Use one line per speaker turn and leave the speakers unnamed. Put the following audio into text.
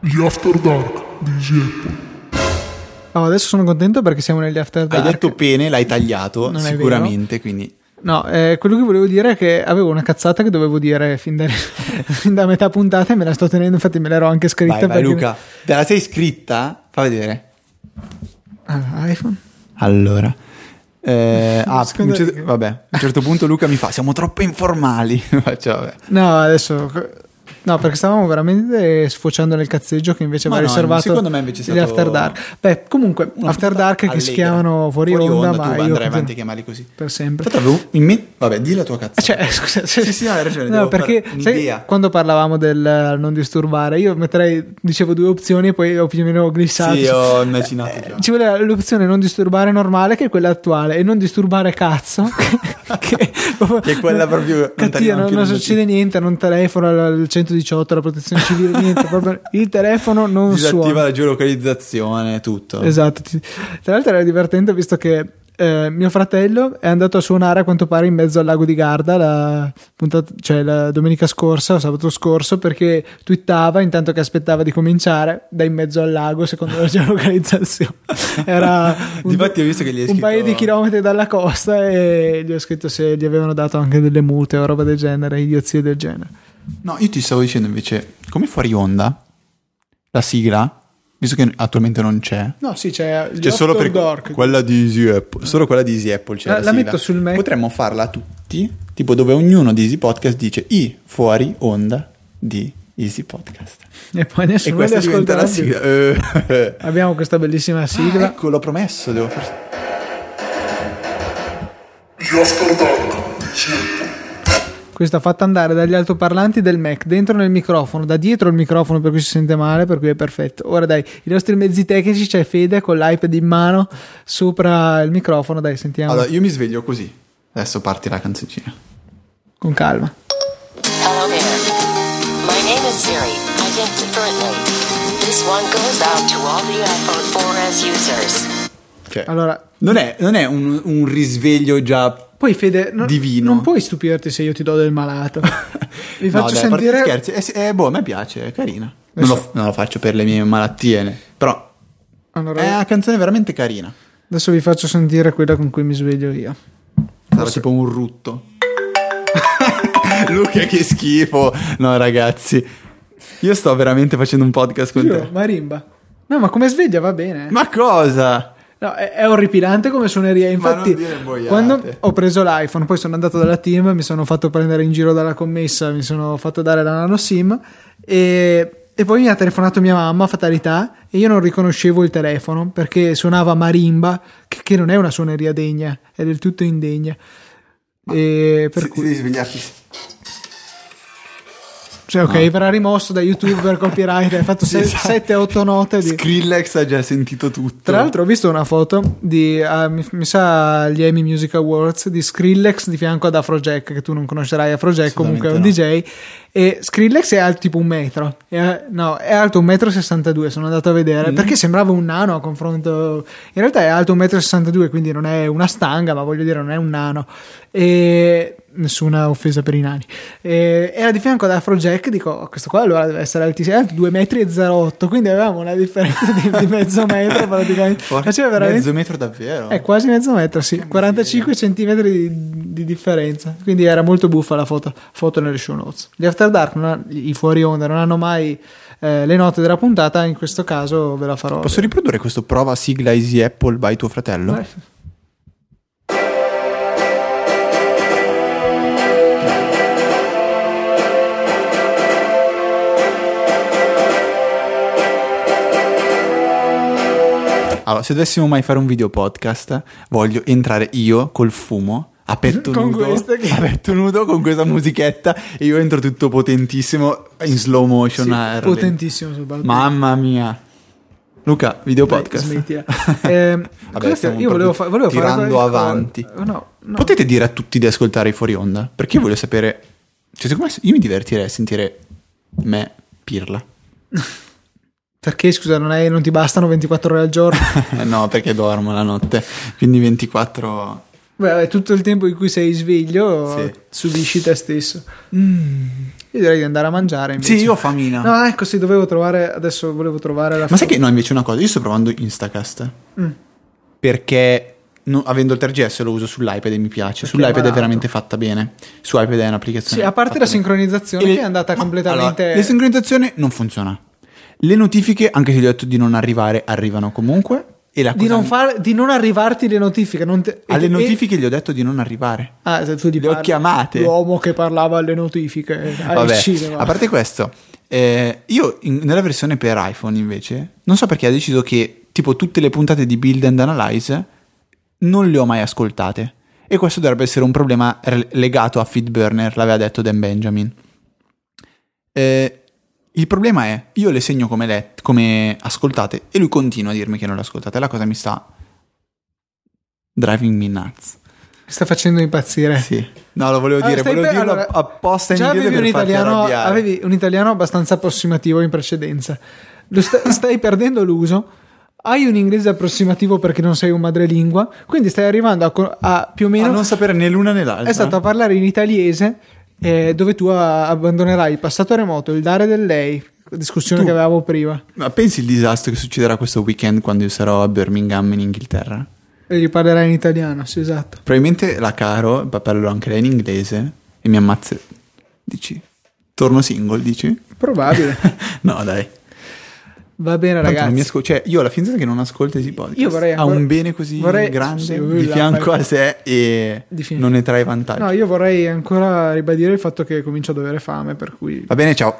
Gli After Dark di Easy Apple.
No, adesso sono contento perché siamo negli after
Hai
dark.
detto pene, l'hai tagliato
Non è
sicuramente, quindi
No, eh, quello che volevo dire è che avevo una cazzata che dovevo dire fin, da- fin da metà puntata e me la sto tenendo, infatti me l'ero anche scritta.
vai, vai
perché-
Luca. Te la sei scritta? Fa vedere.
Ah, iPhone.
Allora, eh, ah,
Secondo
un certo-
riga.
vabbè, a un certo punto Luca mi fa, siamo troppo informali. Faccio, vabbè.
No, adesso... No, perché stavamo veramente sfociando nel cazzeggio che invece
Ma
va
no,
riservato
secondo me invece è
gli
stato-
After Dark. Beh, comunque,
Una
After
puntata
Dark che si
allegra.
chiamano fuori, onda, ma
tu
io
andrai
continuo
avanti a chiamarli così.
per sempre.
Infatti avevo in mente... Vabbè, di la tua cazzata.
Cioè, scusa, se-
Sì, sì, hai ragione,
No,
devo
perché
fare
sai,
un'idea.
quando parlavamo del eh, non disturbare, io metterei, dicevo due opzioni e poi ho più o meno glissato.
sì, ho immaginato già.
Ci voleva l'opzione non disturbare normale, che è quella attuale, e non disturbare cazzo, che,
Che è quella proprio- non
Cattiva,
t'arrivano
non,
più
non
le
succede niente, non telefono al 118, la protezione civile, niente. proprio il telefono non
Disattiva
suona.
la geolocalizzazione, tutto.
Esatto. ti- Tra l'altro era divertente visto che eh, mio fratello è andato a suonare a quanto pare in mezzo al lago di Garda la, puntata- cioè, la domenica scorsa o sabato scorso perché twittava intanto che aspettava di cominciare da in mezzo al lago secondo la geolocalizzazione. Era
Difatti ho visto che gli hai
un
scritto-
paio di chilometri dalla costa e gli ho scritto se gli avevano dato anche delle mute o roba del genere, idiozie del genere.
No, io ti stavo dicendo invece, come fuori onda, la sigla, visto che attualmente non c'è,
No, sì, c'è, gli
c'è Cioè, solo
After
per
Dark.
quella di Easy Apple, solo quella di Easy Apple c'è
La-
la,
la
sigla.
metto sul Mac.
Potremmo farla tutti, tipo dove ognuno di Easy Podcast dice i fuori onda di Easy Podcast.
E poi
E
nessuno li
questa diventa
ascolterà
la
più.
sigla. Eh.
Abbiamo questa bellissima sigla.
Ah, ecco, l'ho promesso, devo far...
Gli After Dark di Easy Apple.
Questa fatta andare dagli altoparlanti del Mac dentro nel microfono, da dietro il microfono per cui si sente male, per cui è perfetto. Ora dai, i nostri mezzi tecnici c'è Fede con l'iPad in mano sopra il microfono, dai, sentiamo
Allora, io mi sveglio così. Adesso parti la canzoncina.
con calma.
Hello there. My name is Siri. I think differently. This one goes out to all the iPhone 4S users.
Cioè,
Allora,
non è, non è un, un risveglio già...
poi Fede, non,
Divino.
non puoi stupirti se io ti do del malato. Vi faccio
No, dai, a parte
sentire
Scherzi, è, è, boh, a me piace, è carina. Non
Adesso-
lo, non lo faccio per le mie malattie, ne- però
Allora,
è una canzone veramente carina.
adesso vi faccio sentire quella con cui mi sveglio io.
Sarà tipo un rutto. Luca, che schifo. No, ragazzi, io sto veramente facendo un podcast con
Io,
te.
marimba. No, ma come sveglia va bene. eh.
Ma cosa?
No, è, è orripilante come suoneria. Infatti,
non dire boiate.
quando ho preso l'iPhone, poi sono andato dalla team, mi sono fatto prendere in giro dalla commessa, mi sono fatto dare la nano SIM e, e poi mi ha telefonato mia mamma, fatalità, e io non riconoscevo il telefono perché suonava marimba, che, che non è una suoneria degna, è del tutto indegna. E per cui,
devi svegliarti.
cioè, ok, verrà rimosso da YouTube per copyright, hai fatto
esatto.
7-8 note di...
Skrillex ha già sentito tutto.
Tra l'altro ho visto una foto di, ah, mi, mi sa, gli Amy Music Awards di Skrillex di fianco ad Afrojack, che tu non conoscerai Afrojack, comunque è un DJ. E Skrillex è alto tipo un metro, È- no, è alto un metro e 62, sono andato a vedere, perché sembrava un nano a confronto, in realtà è alto un metro e 62, quindi non è una stanga, ma voglio dire non è un nano. E nessuna offesa per i nani. E era di fianco ad Afrojack, dico, "Oh, questo qua allora deve essere altissimo, è alto 2 metri e 08, quindi avevamo una differenza di, di mezzo metro praticamente.
Porca-
Faceva veramente...
Mezzo metro davvero.
È quasi mezzo metro, sì, 45 cm di, di differenza, quindi era molto buffa la foto, foto nelle show notes. Gli After Dark, non ha- i fuori onda, non hanno mai eh, le note della puntata, in questo caso ve la farò.
Posso riprodurre questo prova sigla Easy Apple by tuo fratello?
Vai.
Allora, se dovessimo mai fare un video podcast, voglio entrare io col fumo a petto
Con
nudo,
questa che-
a petto nudo con questa musichetta e io entro tutto potentissimo in slow motion.
Sì,
a-
potentissimo soprattutto.
Mamma mia. Luca, video
Dai,
podcast.
smettila. Ehm, cosa che-
eh. stiamo
io volevo, fa-
proprio
volevo fare
tirando
qualcosa-
avanti.
Oh, no, no.
Potete dire a tutti di ascoltare i fuori onda? Perché io voglio sapere. Cioè, secondo me io mi divertirei a sentire me pirla.
Perché scusa, non, hai- non ti bastano 24 ore al giorno?
no, perché dormo la notte. Quindi 24.
Beh, tutto il tempo in cui sei sveglio
Sì. Mm.
subisci te stesso. Io direi di andare a mangiare invece.
Sì, io ho famina.
No, ecco, sì, dovevo trovare. Adesso volevo trovare la
Ma sai che no, invece una cosa, io sto provando Instacast. Perché no- avendo il 3GS lo uso sull'iPad e mi piace. Sull'iPad
barato.
è veramente fatta bene. Su iPad è
Sì,
un'applicazione.
a parte
fatta
la
bene.
sincronizzazione
E
che è andata
ma-
completamente.
allora, la sincronizzazione non funziona. Le notifiche, anche se gli ho detto di non arrivare, arrivano comunque. E la
di,
cosa
non far- di non arrivarti le notifiche. non te-
Alle
e-
notifiche gli ho detto di non arrivare.
e- ah, se tu gli
le ho
parli-
chiamate.
L'uomo che parlava alle notifiche eh, al
Vabbè,
cinema.
a parte questo, eh, io in- nella versione per iPhone invece, non so perché ha deciso che tipo tutte le puntate di Build and Analyze non le ho mai ascoltate. E questo dovrebbe essere un problema re- legato a Feedburner, l'aveva detto Dan Benjamin. Eh, il problema è, io le segno come, let- come ascoltate e lui continua a dirmi che non le ascoltate. La cosa mi sta driving me nuts.
Mi sta facendo impazzire.
Sì. No, lo volevo
Allora,
dire,
stai
volevo
per-
dirlo
allora,
apposta in
già
inglese
avevi
per
un,
farti
italiano,
arrabbiare.
avevi un italiano abbastanza approssimativo in precedenza. Lo sta- stai perdendo l'uso. Hai un inglese approssimativo perché non sei un madrelingua, quindi stai arrivando a, co- a più o
A
meno
Ah,
Esatto.
non sapere né l'una né l'altra.
è stato a parlare in italiese eh, dove tu a- abbandonerai il passato remoto, il dare del lei, discussione
Tu.
che avevamo prima.
Ma pensi il disastro che succederà questo weekend quando io sarò a Birmingham in Inghilterra?
E gli parlerai in italiano, sì, esatto.
Probabilmente la Caro, ma parlerò anche lei in inglese, e mi ammazza. Dici, torno single, dici?
Probabile.
no, dai.
Va bene,
Tanto non mi
ragazzi.
ascol- cioè, io ho la finta che non ascolta i podcast.
Io vorrei ancora-
ha un bene così
vorrei-
grande
sì,
di
la-
fianco a sé e
Di fianco.
non ne trae vantaggio.
No, io vorrei ancora ribadire il fatto che comincio a avere fame, per cui
Va bene, ciao.